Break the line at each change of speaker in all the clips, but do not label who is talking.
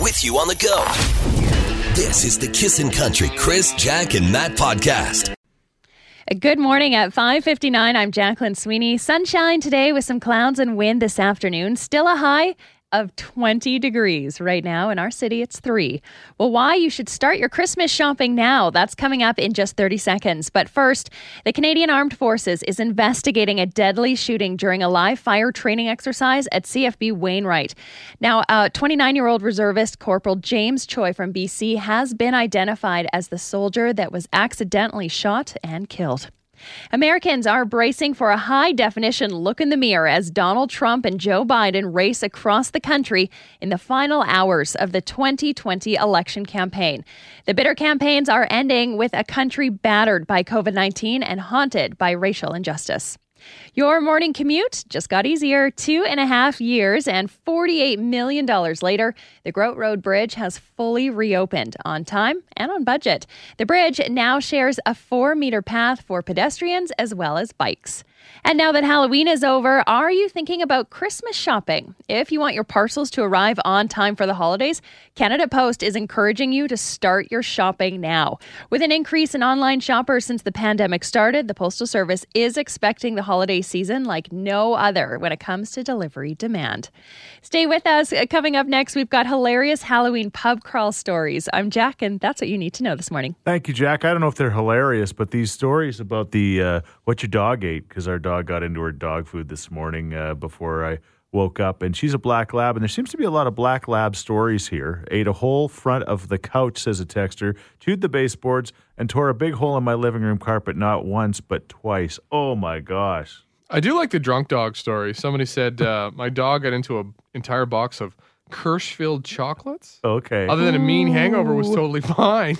with you on the go. This is the Kissin' Country Chris, Jack, and Matt podcast.
Good morning at 5:59. I'm Jacqueline Sweeney. Sunshine today with some clouds and wind this afternoon. Still a high of 20 degrees right now in our city. It's 3. Well, why you should start your Christmas shopping now. That's coming up in just 30 seconds. But first, the Canadian Armed Forces is investigating a deadly shooting during a live fire training exercise at CFB Wainwright. Now, uh, 29-year-old reservist Corporal James Choi from BC has been identified as the soldier that was accidentally shot and killed. Americans are bracing for a high definition look in the mirror as Donald Trump and Joe Biden race across the country in the final hours of the 2020 election campaign. The bitter campaigns are ending with a country battered by COVID 19 and haunted by racial injustice. Your morning commute just got easier. Two and a half years and $48 million later, the Grote Road Bridge has fully reopened on time and on budget. The bridge now shares a four meter path for pedestrians as well as bikes. And now that Halloween is over, are you thinking about Christmas shopping? If you want your parcels to arrive on time for the holidays, Canada Post is encouraging you to start your shopping now. With an increase in online shoppers since the pandemic started, the Postal Service is expecting the holiday season like no other when it comes to delivery demand. Stay with us. Uh, Coming up next, we've got hilarious Halloween pub crawl stories. I'm Jack, and that's what you need to know this morning.
Thank you, Jack. I don't know if they're hilarious, but these stories about the uh, what your dog ate because our dog got into her dog food this morning uh, before I woke up, and she's a black lab, and there seems to be a lot of black lab stories here. Ate a whole front of the couch, says a texter, chewed the baseboards, and tore a big hole in my living room carpet not once but twice. Oh my gosh!
I do like the drunk dog story. Somebody said uh, my dog got into an entire box of Kirschfield chocolates.
Okay.
Other than a mean hangover, was totally fine.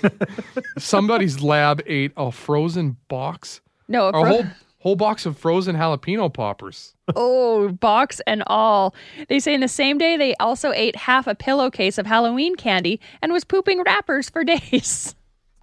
Somebody's lab ate a frozen box,
No, a
a
fro-
whole whole box of frozen jalapeno poppers.
Oh, box and all. They say in the same day they also ate half a pillowcase of Halloween candy and was pooping wrappers for days.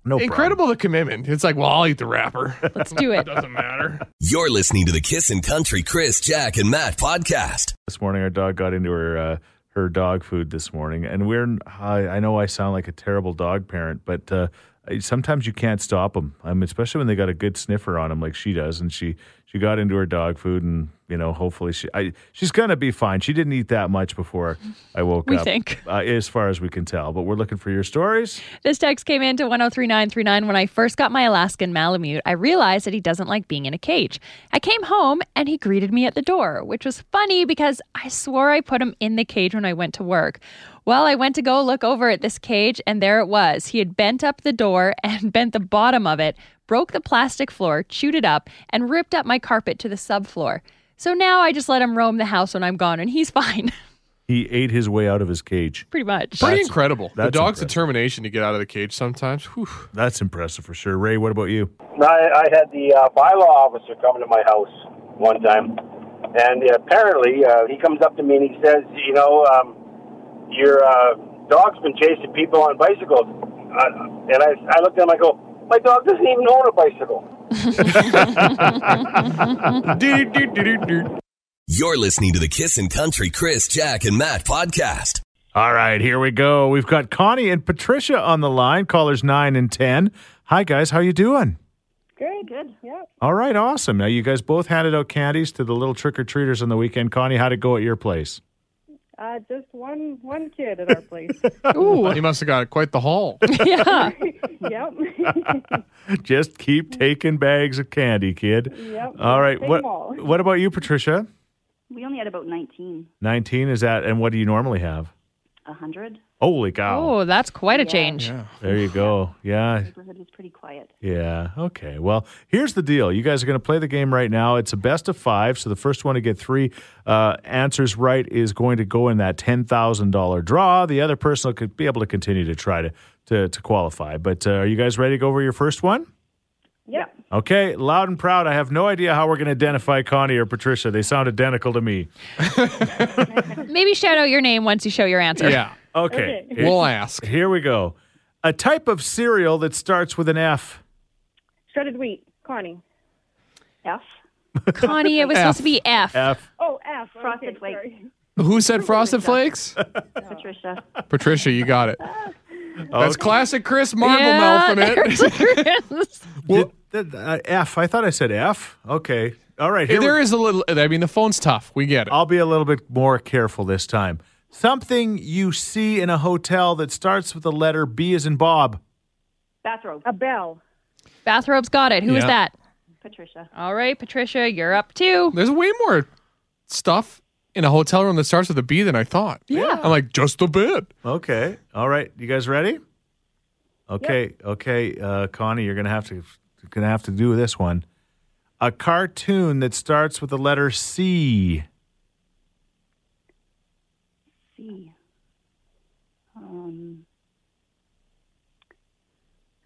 no problem.
Incredible the commitment. It's like, well, I'll eat the wrapper.
Let's do it.
Doesn't matter.
You're listening to the Kissin' Country Chris, Jack, and Matt podcast.
this morning. Our dog got into her uh, her dog food this morning, and we're. I, I know I sound like a terrible dog parent, but uh, I- sometimes you can't stop them. I mean, especially when they got a good sniffer on them, like she does, and she she got into her dog food, and you know, hopefully she I, she's gonna be fine. She didn't eat that much before I woke
We
up,
think.
uh, as far as we can tell. But we're looking for your stories.
This text came in to 103939 when I first got my Alaskan Malamute. I realized that he doesn't like being in a cage. I came home and he greeted me at the door, which was funny because I swore I put him in the cage when I went to work. Well, I went to go look over at this cage and there it was. He had bent up the door and bent the bottom of it, broke the plastic floor, chewed it up, and ripped up my carpet to the subfloor. So now I just let him roam the house when I'm gone and he's fine,
He ate his way out of his cage.
pretty much.
Pretty incredible. the
that's
dog's
impressive.
determination to get out of the cage sometimes. Whew.
That's impressive for sure. Ray, what about you?
I, I had the uh, bylaw officer come to my house one time, and apparently uh, he comes up to me and he says, "You know, um, your uh, dog's been chasing people on bicycles." Uh, and I, I looked at him. I go, "My dog doesn't even own a bicycle."
Do-do-do-do-do-do.
You're listening to the Kissin' Country Chris, Jack, and Matt podcast.
All right, here we go. We've got Connie and Patricia on the line, callers 9 and 10. Hi guys, how you doing?
Good. Good. Yeah.
All right, awesome. Now you guys both handed out candies to the little trick-or-treaters on the weekend. Connie, how'd it go at your place?
Uh, just one one kid at our place.
he must have got quite the haul.
yeah.
yep.
Just keep taking bags of candy, kid.
Yep,
All right,
same
what
wall.
what about you, Patricia?
We only had about 19.
19 is that and what do you normally have?
100.
Holy cow.
Oh, that's quite a change.
There you go. Yeah,
Neighborhood was pretty quiet.
Yeah. Okay. Well, here's the deal. You guys are going to play the game right now. It's a best of five. So the first one to get three uh, answers right is going to go in that ten thousand dollar draw. The other person will could be able to continue to try to to, to qualify. But uh, are you guys ready to go over your first one?
Yep.
Okay. Loud and proud. I have no idea how we're going to identify Connie or Patricia. They sound identical to me.
Maybe shout out your name once you show your answer.
Yeah.
Okay.
Okay.
Here-
We'll ask.
Here we go. A type of cereal that starts with an F.
Shredded wheat. Connie.
F.
Connie, it was supposed to be F.
F.
Oh, F.
Frosted
okay,
Flakes.
sorry.
Who said Frosted Flakes?
Patricia.
Patricia, you got it.
Okay.
That's classic Chris Marvel mouth in it.
it.
Did- did- uh, F. I thought I said F. Okay. All right. Here we- Oh.
there is a little. I mean, the phone's tough. We get it.
I'll be a little bit more careful this time. Something you see in a hotel that starts with the letter B as in Bob.
Bathrobe.
A bell.
Bathrobes got it. Who is
Yeah.
that?
Patricia.
All right, Patricia, you're up too.
There's way more stuff in a hotel room that starts with a B than I thought.
Yeah.
I'm like just a bit.
Okay. All right. You guys ready? Okay. Okay. Uh, Connie, you're gonna have to you're gonna have to do this one. A cartoon that starts with the letter C.
C. Um.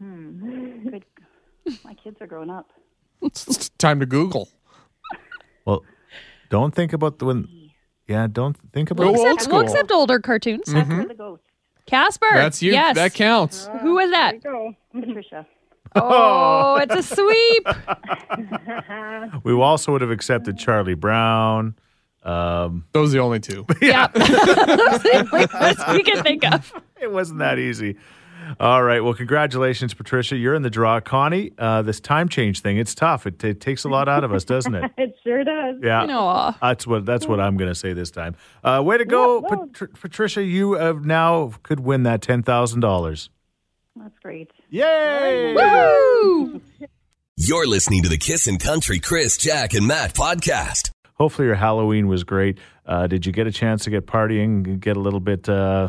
Hmm. Good. My kids are growing up.
It's, it's time to Google.
Well, don't think about the one. Yeah, don't think about.
Go
it.
old
Except-
school. Mm-hmm.
We'll accept older cartoons.
That's where the ghost.
Casper.
That's you.
Yes.
That
Uh-huh.
counts.
Who was
There
that?
you go.
Patricia.
Oh, it's a sweep.
We also would have accepted Charlie Brown. Um,
Those are the only two.
yep. we can think of.
it wasn't that easy. All right. Well, congratulations, Patricia. You're in the draw. Connie, uh, this time change thing, it's tough. It, it takes a lot out of us, doesn't it?
It sure does.
Yeah.
No.
That's what that's what I'm going to say this time. Uh, way to go,
Yeah, no.
Pat- Patricia! You uh, now could win that ten thousand dollars.
That's great.
Yay!
Woo!
You're listening to the Kissin' Country Chris, Jack, and Matt podcast.
Hopefully, your Halloween was great. Uh, did you get a chance to get partying, and get a little bit uh,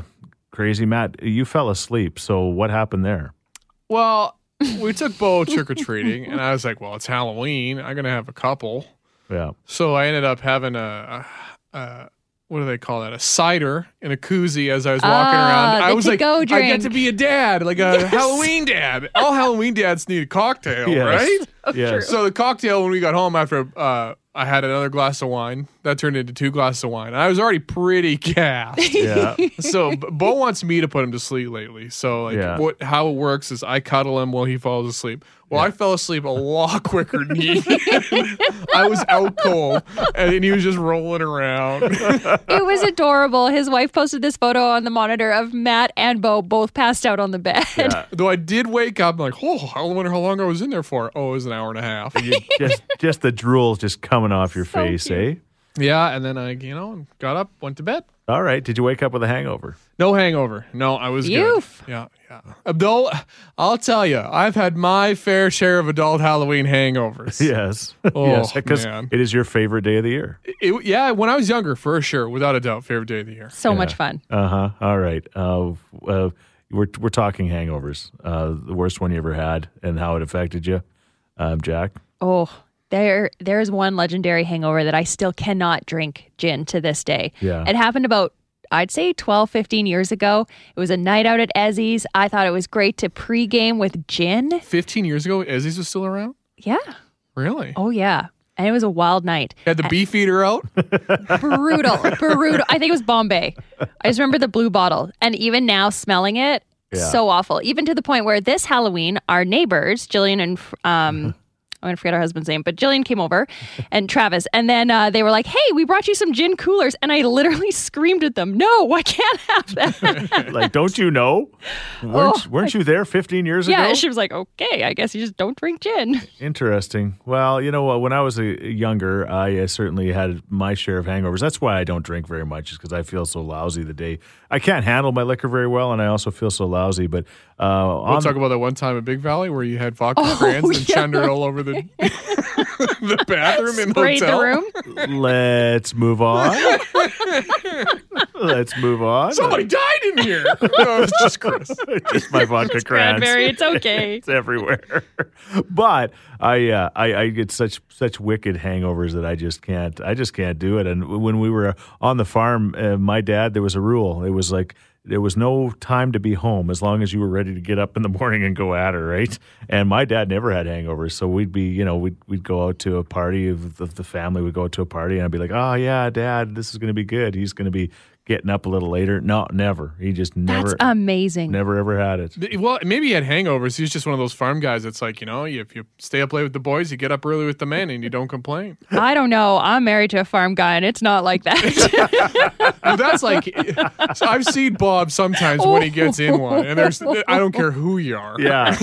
crazy, Matt? You fell asleep. So what happened there?
Well, we took Bo trick or treating, and I was like, well, it's Halloween. I'm gonna have a couple.
Yeah.
So I ended up having a, a, a what do they call that? A cider in a koozie as I was walking
Ah,
around. I
the
was like,
to-go
I get
drink.
to be a dad, like a Halloween dad. All Halloween dads need a cocktail,
Yes.
right?
Yes.
So the cocktail when we got home after uh, I had another glass of wine that turned into two glasses of wine. I was already pretty gassed.
Yeah.
so B- Bo wants me to put him to sleep lately. So like
Yeah.
what how it works is I cuddle him while he falls asleep. Well, I fell asleep a lot quicker than he. did. I was out cold, and then he was just rolling around.
It was adorable. His wife posted this photo on the monitor of Matt and Bo both passed out on the bed.
Though I did wake up, like, oh, I wonder how long I was in there for. Oh, it was an hour and a half.
You- just just the drool's just coming off your
So
face,
cute.
eh?
yeah, and then I, you know, got up, went to bed.
All right. Did you wake up with a hangover?
No hangover. No, I was good.
Phew.
Yeah, yeah. Abdul, I'll tell you, I've had my fair share of adult Halloween hangovers.
Yes.
Oh,
yes. Because
man.
it is your favorite day of the year.
It- yeah, when I was younger, for sure, without a doubt, favorite day of the year.
So much fun.
Uh huh. All right. Uh, uh, we're we're talking hangovers. Uh, the worst one you ever had, and how it affected you, um, Jack.
Oh, there there is one legendary hangover that I still cannot drink gin to this day.
Yeah.
It happened about I'd say 12, 15 years ago. It was a night out at Ezzy's. I thought it was great to pregame with gin.
15 years ago, Izzy's was still around?
Yeah.
Really?
Oh yeah. And it was a wild night.
Had the beef eater out?
brutal, brutal. I think it was Bombay. I just remember the blue bottle, and even now smelling it,
Yeah.
so awful. Even to the point where this Halloween, our neighbors, Jillian and
Uh-huh.
um. I'm gonna forget her husband's name, but Jillian came over, and Travis, and then uh, they were like, "Hey, we brought you some gin coolers," and I literally screamed at them, "No, I can't have that!"
Like, don't you know? Weren't weren't you there 15 years
Oh, yeah,
ago?
she was like, "Okay, I guess you just don't drink gin."
Interesting. Well, you know what? When I was a, younger, I uh, certainly had my share of hangovers. That's why I don't drink very much, is because I feel so lousy the day. I can't handle my liquor very well, and I also feel so lousy. But uh,
We'll
on
talk about that one time in Big Valley where you had vodka brands and
Oh, yeah.
chunder all over the, the bathroom in the
Sprayed the
hotel.
room.
Let's move on. Let's move on.
Somebody died in here. no, it's just Chris.
just my vodka crans.
Cranberry, it's okay.
It's everywhere. but I, uh, I I get such such wicked hangovers that I just can't I just can't do it. And when we were on the farm, uh, my dad there was a rule. It was like there was no time to be home as long as you were ready to get up in the morning and go at her, right? And my dad never had hangovers, so we'd be you know we'd we'd go out to a party of the, the family would go out to a party, and I'd be like, oh yeah, dad, this is going to be good. He's going to be getting up a little later. No, never. He just
That's um
never,
amazing.
never ever had it.
B- Well, maybe he had hangovers. He was just one of those farm guys that's like, you know, if you stay up late with the boys, you get up early with the men and you don't complain.
I don't know. I'm married to a farm guy, and it's not like that.
Well, that's like, so I've seen Bob sometimes when he gets in one, and there's, I don't care who you are.
Yeah.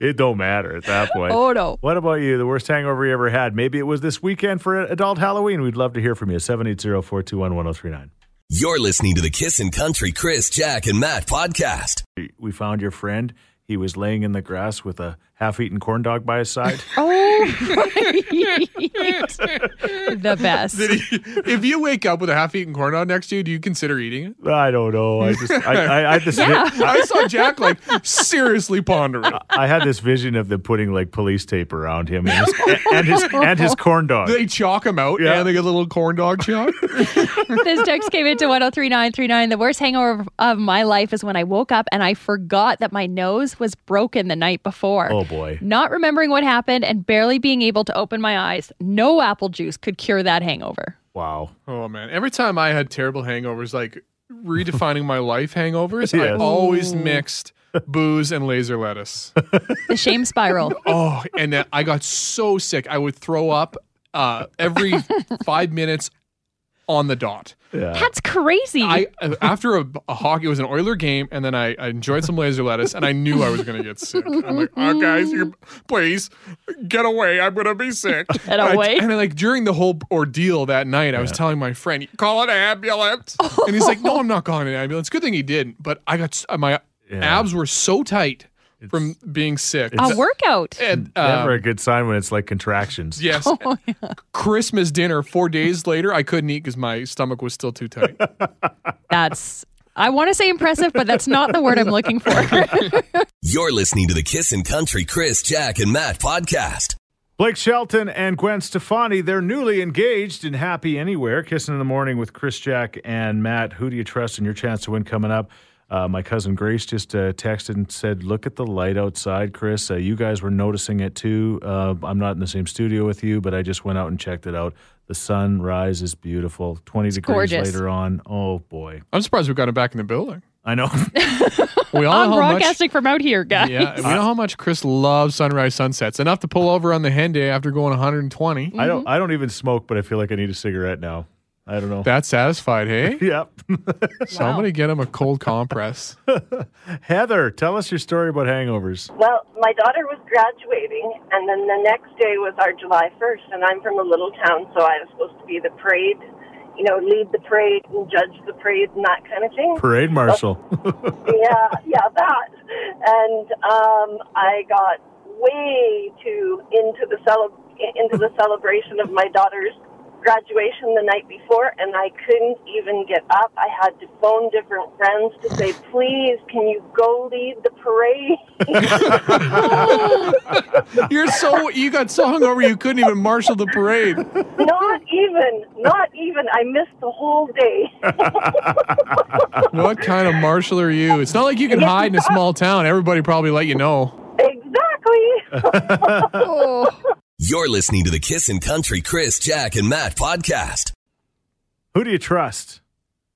it don't matter at that point.
oh no.
What about you? The worst hangover you ever had? Maybe it was this weekend for adult Halloween. We'd love to hear from you. 780 421 1039.
You're listening to the Kissin' Country Chris, Jack, and Matt podcast.
We found your friend. He was laying in the grass with a half eaten corn dog by his side.
Oh, right. the best.
If you wake up with a half eaten corn dog next to you, do you consider eating it?
I don't know. I just, I, I, I just,
I saw Jack like seriously pondering.
I had this vision of them putting like police tape around him and his, and his, and his corn dog.
They chalk him out,
Yeah.
yeah. and they get a little corn dog chalk.
this text came into 103939. The worst hangover of- of my life is when I woke up and I forgot that my nose was broken the night before.
Oh boy.
Not remembering what happened and barely being able to open my eyes. No apple juice could cure that hangover.
Wow.
Oh man! Every time I had terrible hangovers, like redefining my life hangovers, I
Yes.
always mixed booze and laser lettuce.
The shame spiral.
oh, and that- I got so sick. I would throw up uh, every five minutes on the dot.
Yeah.
That's crazy.
Uh, I uh, after a, a hockey, it was an Oiler game, and then I, I enjoyed some laser lettuce, and I knew I was gonna get sick. I'm like, oh guys, you please get away. I'm gonna be sick.
Get
And I-
away.
and I, like during the whole ordeal that night, I was telling my friend, call an ambulance, and he's like, no, I'm not calling an ambulance. Good thing he didn't. But I got s- uh, my
Yeah.
abs were so tight from being sick.
a workout.
and,
Never a
um,
good sign when it's like contractions.
Yes.
Oh,
Christmas dinner four days later, I couldn't eat because my stomach was still too tight.
That's, I want to say impressive, but that's not the word I'm looking for.
You're listening to the Kissin' Country Chris, Jack, and Matt podcast.
Blake Shelton and Gwen Stefani, they're newly engaged and happy anywhere. Kissing in the morning with Chris Jack and Matt. Who do you trust in your chance to win coming up? Uh, my cousin Grace just uh, texted and said, Look at the light outside, Chris. Uh, you guys were noticing it too. Uh, I'm not in the same studio with you, but I just went out and checked it out. The sunrise is beautiful. 20 degrees
gorgeous.
later on. Oh, boy.
I'm surprised we got him back in the building.
I know.
We all
I'm
know how much,
broadcasting from out here, guys.
yeah, we know how much Chris loves sunrise sunsets. Enough to pull over on the Henday after going 120.
I don't I don't even smoke, but I feel like I need a cigarette now. I don't know.
That's satisfied, hey?
yep.
Somebody get him a cold compress.
Heather, tell us your story about hangovers.
Well, my daughter was graduating, and then the next day was our July 1st, and I'm from a little town, so I was supposed to be the parade, you know, lead the parade and judge the parade and that kind of thing.
Parade marshal.
yeah, yeah, that. And um, I got way too into the cele- into the celebration of my daughter's graduation the night before, and I couldn't even get up. I had to phone different friends to say, "Please, can you go lead the parade?"
You're so you got so hungover you couldn't even marshal the parade.
Not even, not even. I missed the whole day.
What kind of marshal are you? It's not like you can hide in a small town. Everybody probably let you know.
exactly.
You're listening to the Kissin' Country Chris, Jack, and Matt podcast.
Who do you trust?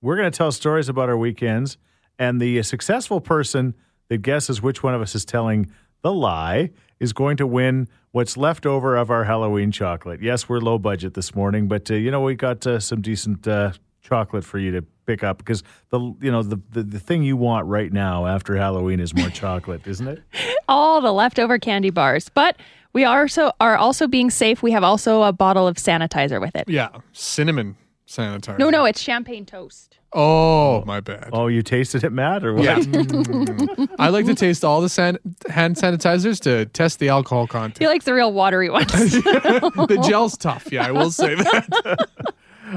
We're going to tell stories about our weekends, and the successful person that guesses which one of us is telling the lie is going to win what's left over of our Halloween chocolate. Yes, we're low budget this morning, but uh, you know we got uh, some decent uh, chocolate for you to pick up because the you know the, the the thing you want right now after Halloween is more chocolate, isn't it?
all the leftover candy bars. But we are so are also being safe. We have also a bottle of sanitizer with it.
Yeah, cinnamon sanitizer.
No, no, it's champagne toast.
Oh, my bad.
Oh, you tasted it, Matt, or what?
Yeah. I like to taste all the san- hand sanitizers to test the alcohol
He
content.
likes the real watery ones.
the gel's tough. Yeah, I will say that.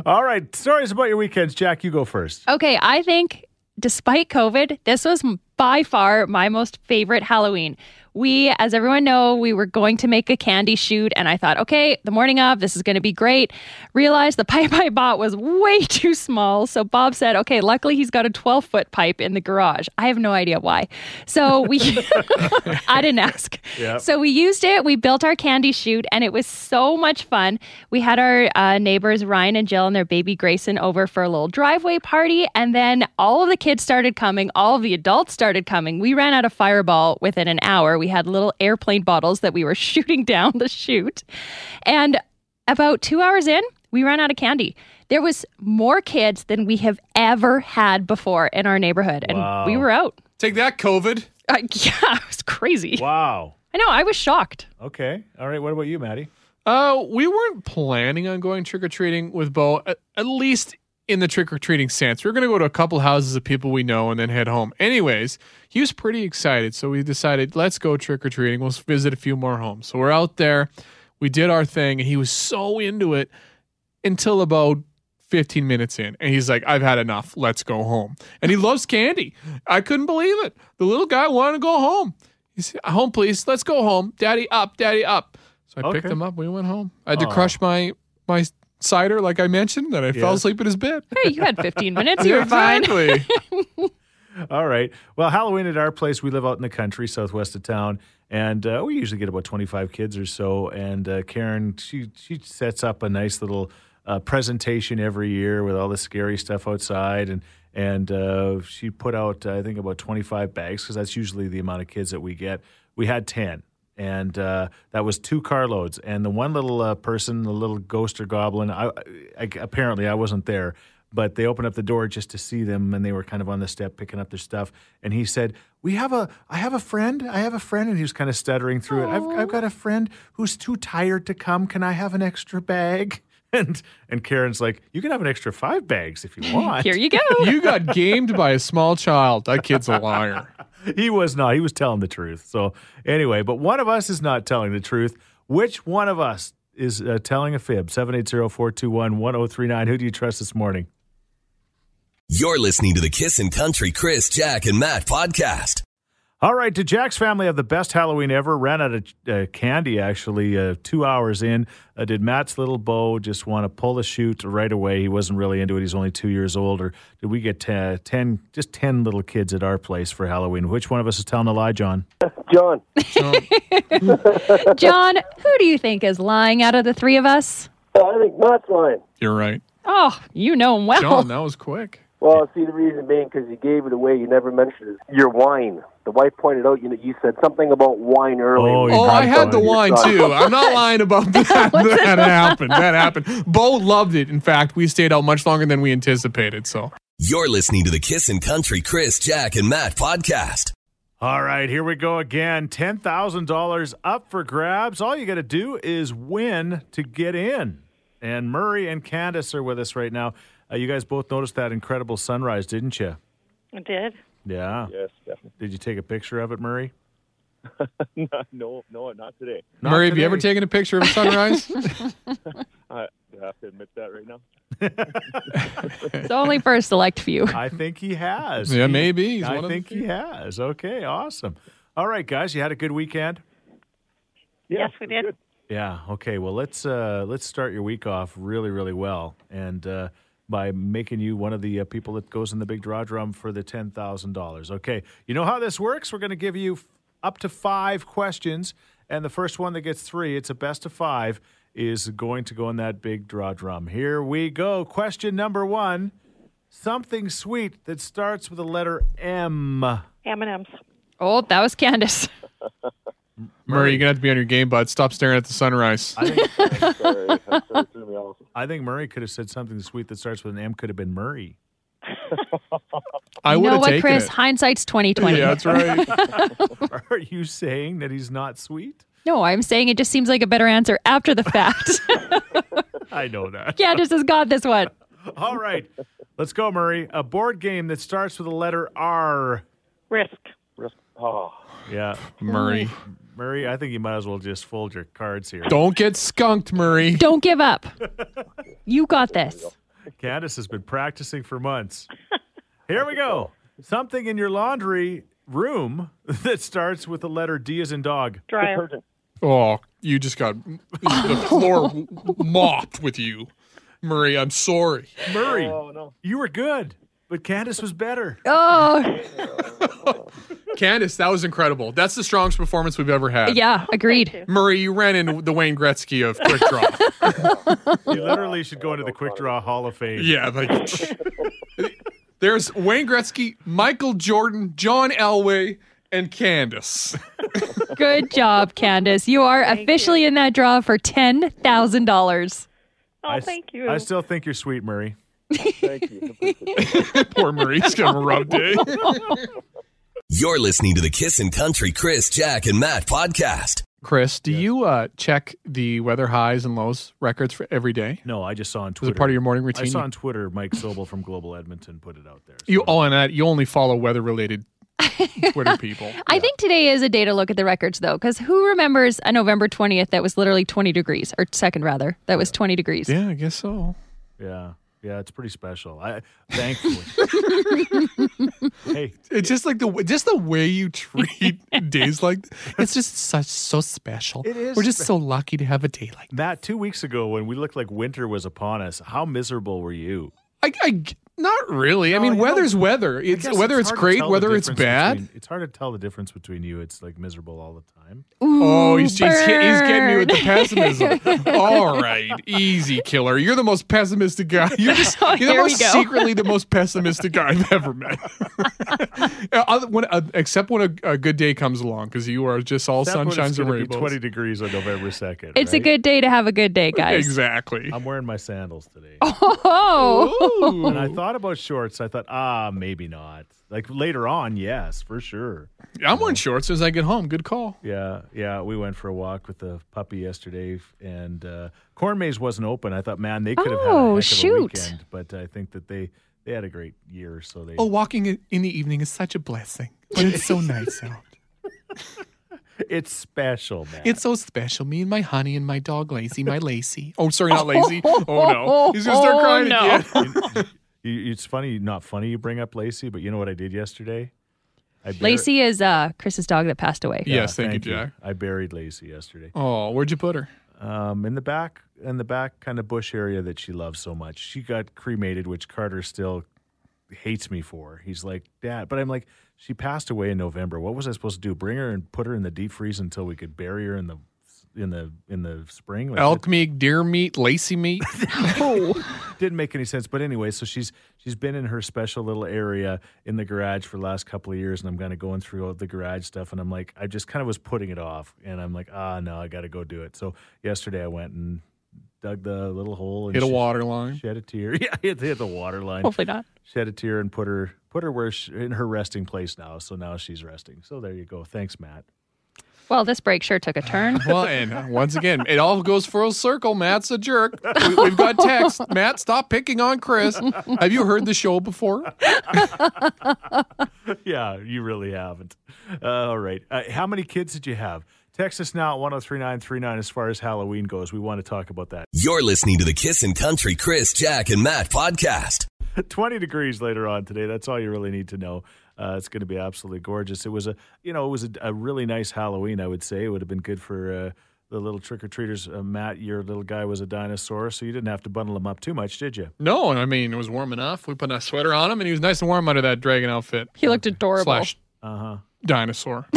All right, stories about your weekends, Jack. You go first.
okay, I think despite COVID, this was m- by far my most favorite Halloween. we, as everyone know, we were going to make a candy shoot, and I thought, okay, the morning of, this is going to be great. Realized the pipe I bought was way too small, so Bob said, okay, luckily he's got a 12 foot pipe in the garage. I have no idea why. So we, I didn't ask.
Yep.
So we used it. We built our candy shoot, and it was so much fun. We had our uh, neighbors Ryan and Jill and their baby Grayson over for a little driveway party, and then all of the kids started coming. All of the adults started coming. We ran out of Fireball within an hour. We had little airplane bottles that we were shooting down the chute, and about two hours in, we ran out of candy. There was more kids than we have ever had before in our neighborhood, and
Wow.
we were out.
Take that, COVID.
Uh, yeah, it was crazy.
Wow.
I know. I was shocked.
Okay. All right. What about you, Maddie?
Uh, we weren't planning on going trick or treating with Bo, at, at least in the trick or treating sense. We are going to go to a couple houses of people we know and then head home. Anyways, he was pretty excited, so we decided let's go trick or treating. We'll visit a few more homes. So we're out there. We did our thing, and he was so into it until about 15 minutes in and he's like i've had enough let's go home and he loves candy i couldn't believe it the little guy wanted to go home he said home please let's go home daddy up daddy up so i picked
Okay.
him up we went home i had
Aw.
to crush my my cider like i mentioned and i
Yeah.
fell asleep in his bed
Hey, you had 15 minutes. You were fine.
exactly
All right. Well, Halloween at our place, we live out in the country, southwest of town, and uh, we usually get about 25 kids or so. And uh, Karen, she she sets up a nice little uh, presentation every year with all the scary stuff outside, and and uh, she put out I think about 25 bags because that's usually the amount of kids that we get. We had 10. And uh, that was two carloads, and the one little uh, person, the little ghost or goblin. I, I, apparently, I wasn't there, but they opened up the door just to see them and they were kind of on the step picking up their stuff and he said we have a i have a friend i have a friend and he was kind of stuttering through it I've, I've got a friend who's too tired to come can i have an extra bag and and karen's like you can have an extra five bags if you want
Here you go.
you got gamed by a small child that kid's a liar
he was not he was telling the truth so anyway but one of us is not telling the truth which one of us is uh, telling a fib 780-421-1039 who do you trust this morning
You're listening to the Kissin' Country Chris, Jack, and Matt podcast.
All right, to Jack's family have the best Halloween ever. Ran out of uh, candy actually uh, two hours in. Uh, did Matt's little beau just want to pull the chute right away? He wasn't really into it. He's only two years old. Or did we get uh, ten, just ten little kids at our place for Halloween? Which one of us is telling a lie, John?
John,
John, who do you think is lying out of the three of us?
I think Matt's lying.
you're right
Oh, you know him well.
john that was quick
Well, see, the reason being because you gave it away. You never mentioned it. Your wine. The wife pointed out you know, you said something about wine earlier.
Oh,
Oh, I
had
had
the
the wine too. I'm not lying about that. that happened. That happened. Bo loved it. In fact, we stayed out much longer than we anticipated. So
You're listening to the Kissin' Country Chris, Jack, and Matt podcast.
All right, here we go again. Ten thousand dollars up for grabs. All you got to do is win to get in. And Murray and Candace are with us right now. Uh, you guys both noticed that incredible sunrise, didn't you?
I did.
Yeah.
Yes, definitely.
Did you take a picture of it, Murray?
no, no, not today.
Not
Murray, have you
today.
ever taken a picture of a sunrise?
I have to admit that right now.
It's only for a select few.
I think he has.
yeah,
He-
maybe. He's one
I
of
think
the
he
few.
has. Okay, awesome. All right, guys, you had a good weekend.
Yeah,
yes, we did.
Yeah. Okay. Well, let's uh, let's start your week off really, really well, and uh, by making you one of the uh, people that goes in the big draw drum for the ten thousand dollars. Okay. You know how this works. We're going to give you f- up to five questions, and the first one that gets three, it's a best of five, is going to go in that big draw drum. Here we go. Question number one: Something sweet that starts with the letter M.
M&M's.
Oh, that was Candace.
Murray, you're gonna have to be on your game, bud. Stop staring at the sunrise.
I think
I'm sorry. I'm sorry, threw me off.
I think Murray could have said something sweet that starts with an M. Could have been Murray.
I
you
would
know
have
what,
taken
Chris?
it.
Hindsight's 2020.
Yeah, that's right.
Are you saying that he's not sweet?
No, I'm saying it just seems like a better answer after the fact.
I know that.
Candace has got this one.
All right, let's go, Murray. A board game that starts with the letter R.
Risk.
Risk. Oh,
Yeah,
Murray,
Murray. I think you might as well just fold your cards here.
don't get skunked, Murray.
Don't give up. You got this.
Candace has been practicing for months. Here we go. Something in your laundry room that starts with the letter D as in dog.
Dryer.
Oh, you just got the floor mopped with you, Murray. I'm sorry.
Murray,
Oh no.
you were good, but Candace was better.
Oh,
Candace, that was incredible. That's the strongest performance we've ever had.
yeah, agreed.
Murray, you ran into the Wayne Gretzky of quick draw.
You literally should go into the Quick Draw Hall of Fame.
yeah, like there's Wayne Gretzky, Michael Jordan, John Elway, and Candace.
Good job, Candace. You are officially in that draw for $10,000.
Oh,
I s-
thank you.
I still think you're sweet, Murray.
Thank you.
Poor Murray's gonna rub day.
You're listening to the Kissin' Country Chris, Jack, and Matt podcast.
Chris, do you uh, check the weather highs and lows records for every day?
No, I just saw on
Was
Twitter.
it part of your morning routine?
I saw on Twitter Mike Sobel from Global Edmonton put it out there.
you all on that. You only follow weather related Twitter people.
I think today is a day to look at the records, though, because who remembers a November 20th that was literally 20 degrees, or second, rather, that was 20 degrees?
Yeah, I guess so.
Yeah, yeah, it's pretty special. I thankfully. hey,
It's just like the w- just the way you treat days like th- it's just such so special.
It is
We're just
spe-
so lucky to have a day like.
Matt, two weeks ago when we looked like winter was upon us, how miserable were you?
I, I g- not really. I
No,
mean,
you don't-
weather's weather.
I
It's
guess
whether it's,
hard to
great,
tell the
whether it's
difference
bad.
between- it's hard to tell the difference between you. It's like miserable all the time.
oh, he's, he's, hit- he's getting me with the
burn.
pessimism. All right, easy killer. You're the most pessimistic guy. You're just
Oh,
you're the
here we
most
go.
secretly the most pessimistic guy I've ever met. Uh, other- when, uh, except when a, a good day comes along, because you are just all
Except when it's
sunshines and
gonna be
rainbows.
Twenty degrees on November second.
It's a good day to have a good day, guys.
Exactly.
I'm wearing my sandals today.
Oh,
Ooh.
And I thought about shorts. I thought, ah, maybe not. Like later on, yes, for sure.
I'm wearing shorts as I get home. Good call.
Yeah, yeah. We went for a walk with the puppy yesterday, f- and uh, corn maze wasn't open. I thought, man, they could have had a
Oh,
heck of a
shoot.
weekend, but I think that they they had a great year. So they
Oh, walking in in the evening is such a blessing. When it's so nice out.
it's special, man.
It's so special. Me and my honey and my dog Lazy, my Lacy. Oh, sorry, not Lazy. Oh no, he's gonna start
Oh,
crying
no.
again.
You- it's funny, not funny. You bring up Lacey, but you know what I did yesterday? I bur-
Lacey is uh, Chris's dog that passed away.
Yeah. Yes, thank you, Jack.
I buried Lacey yesterday.
Oh, where'd you put her?
um, in the back in the back kind of bush area that she loves so much. She got cremated, which Carter still hates me for. He's like, Dad, but I'm like, she passed away in November. What was I supposed to do? Bring her and put her in the deep freeze until we could bury her in the in the in the spring? Like,
Elk meat, deer meat, Lacy meat.
It didn't make any sense. But anyway, so she's she's been in her special little area in the garage for the last couple of years, and I'm kind of going through all the garage stuff, and I'm like, I just kind of was putting it off, and I'm like, ah, no, I got to go do it. So yesterday I went and dug the little hole and
Hit a
she-
water Oh, line.
shed a tear. Yeah, hit, hit the water line.
Hopefully not.
Shed a tear and put her put her where she, in her resting place now. So now she's resting. So there you go. Thanks, Matt.
Well, this break sure took a turn.
Well, and uh, once again, it all goes full circle. Matt's a jerk. We, we've got text. Matt, stop picking on Chris. Have you heard the show before?
yeah, you really haven't. Uh, all right. Uh, how many kids did you have? Text us now at 103939 as far as Halloween goes. We want to talk about that.
You're listening to the Kissin' Country Chris, Jack, and Matt podcast.
20 degrees later on today. That's all you really need to know. Uh, it's going to be absolutely gorgeous. It was a, you know, it was a, a really nice Halloween. I would say it would have been good for uh, the little trick or treaters. Uh, Matt, your little guy was a dinosaur, so you didn't have to bundle him up too much, did you?
No, and I mean it was warm enough. We put a sweater on him, and he was nice and warm under that dragon outfit
He looked adorable.
slash
Uh huh.
dinosaur.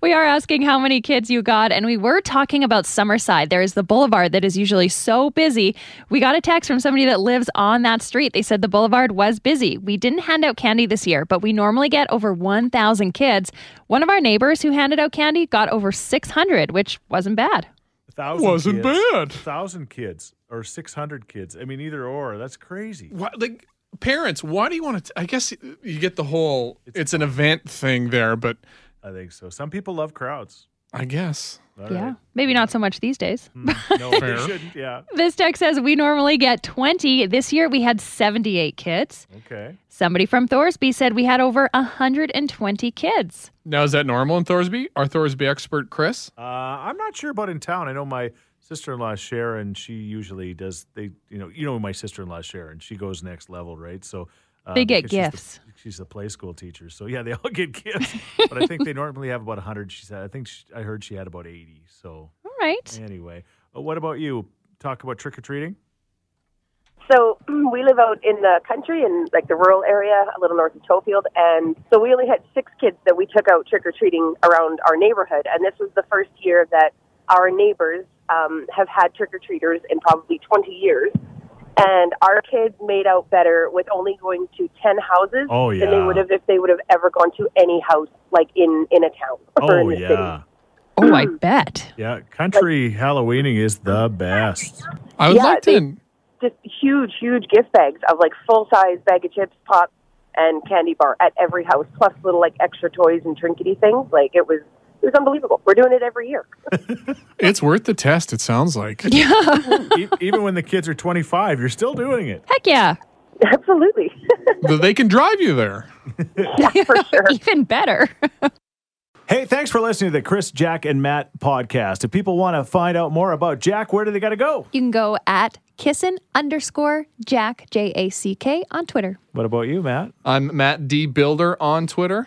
We are asking how many kids you got, and we were talking about Summerside. There is the boulevard that is usually so busy. We got a text from somebody that lives on that street. They said the boulevard was busy. We didn't hand out candy this year, but we normally get over 1,000 kids. One of our neighbors who handed out candy got over 600, which wasn't bad.
A thousand
Wasn't
kids.
bad.
thousand kids or 600 kids. I mean, either or. That's crazy.
Why, like parents, why do you want to? I guess you get the whole it's, an event thing there, but
I think so. Some people love crowds.
I guess
All
yeah.
right.
Maybe not so much these days.
Mm, No,
Fair.
they shouldn't. Yeah.
This text says we normally get 20. This year we had 78 kids.
Okay.
Somebody from Thorsby said we had over 120 kids.
now is that normal in Thorsby? Our Thorsby expert Chris.
Uh, I'm not sure about in town. I know my sister-in-law Sharon. She usually does. They, you know, you know my sister-in-law Sharon. She goes next level, right? So uh,
They get
because she's the-
gifts.
She's the, She's a play school teacher, so yeah, they all get gifts. but I think they normally have about hundred. She said. I think she, I heard she had about eighty. So
All right.
anyway, uh, what about you? Talk about trick or treating.
So we live out in the country in like the rural area, a little north of Tofield, and so we only had six kids that we took out trick or treating around our neighborhood, and this was the first year that our neighbors um, have had trick or treaters in probably 20 years, and our kids made out better with only going to 10 houses
Oh,
than they
yeah.
would have if they would have ever gone to any house like in in a town or
Oh
in a city.
yeah,
Oh, I bet.
yeah. Country Halloweening is the best.
I would
Yeah,
like to.
they- Just huge, huge gift bags of like full size bag of chips, pop, and candy bar at every house, plus little like extra toys and trinkety things. Like it was, it was unbelievable. We're doing it every year.
it's worth the test. It sounds like.
E- even when the kids are twenty five, you're still doing it.
Heck yeah.
Absolutely,
But they can drive you there.
for sure.
Even better.
Hey, thanks for listening to the Chris, Jack, and Matt podcast. If people want to find out more about Jack, where do they got to go?
You can go at kissin underscore Jack, J A C K, on Twitter.
What about you, Matt?
I'm Matt D Builder on Twitter.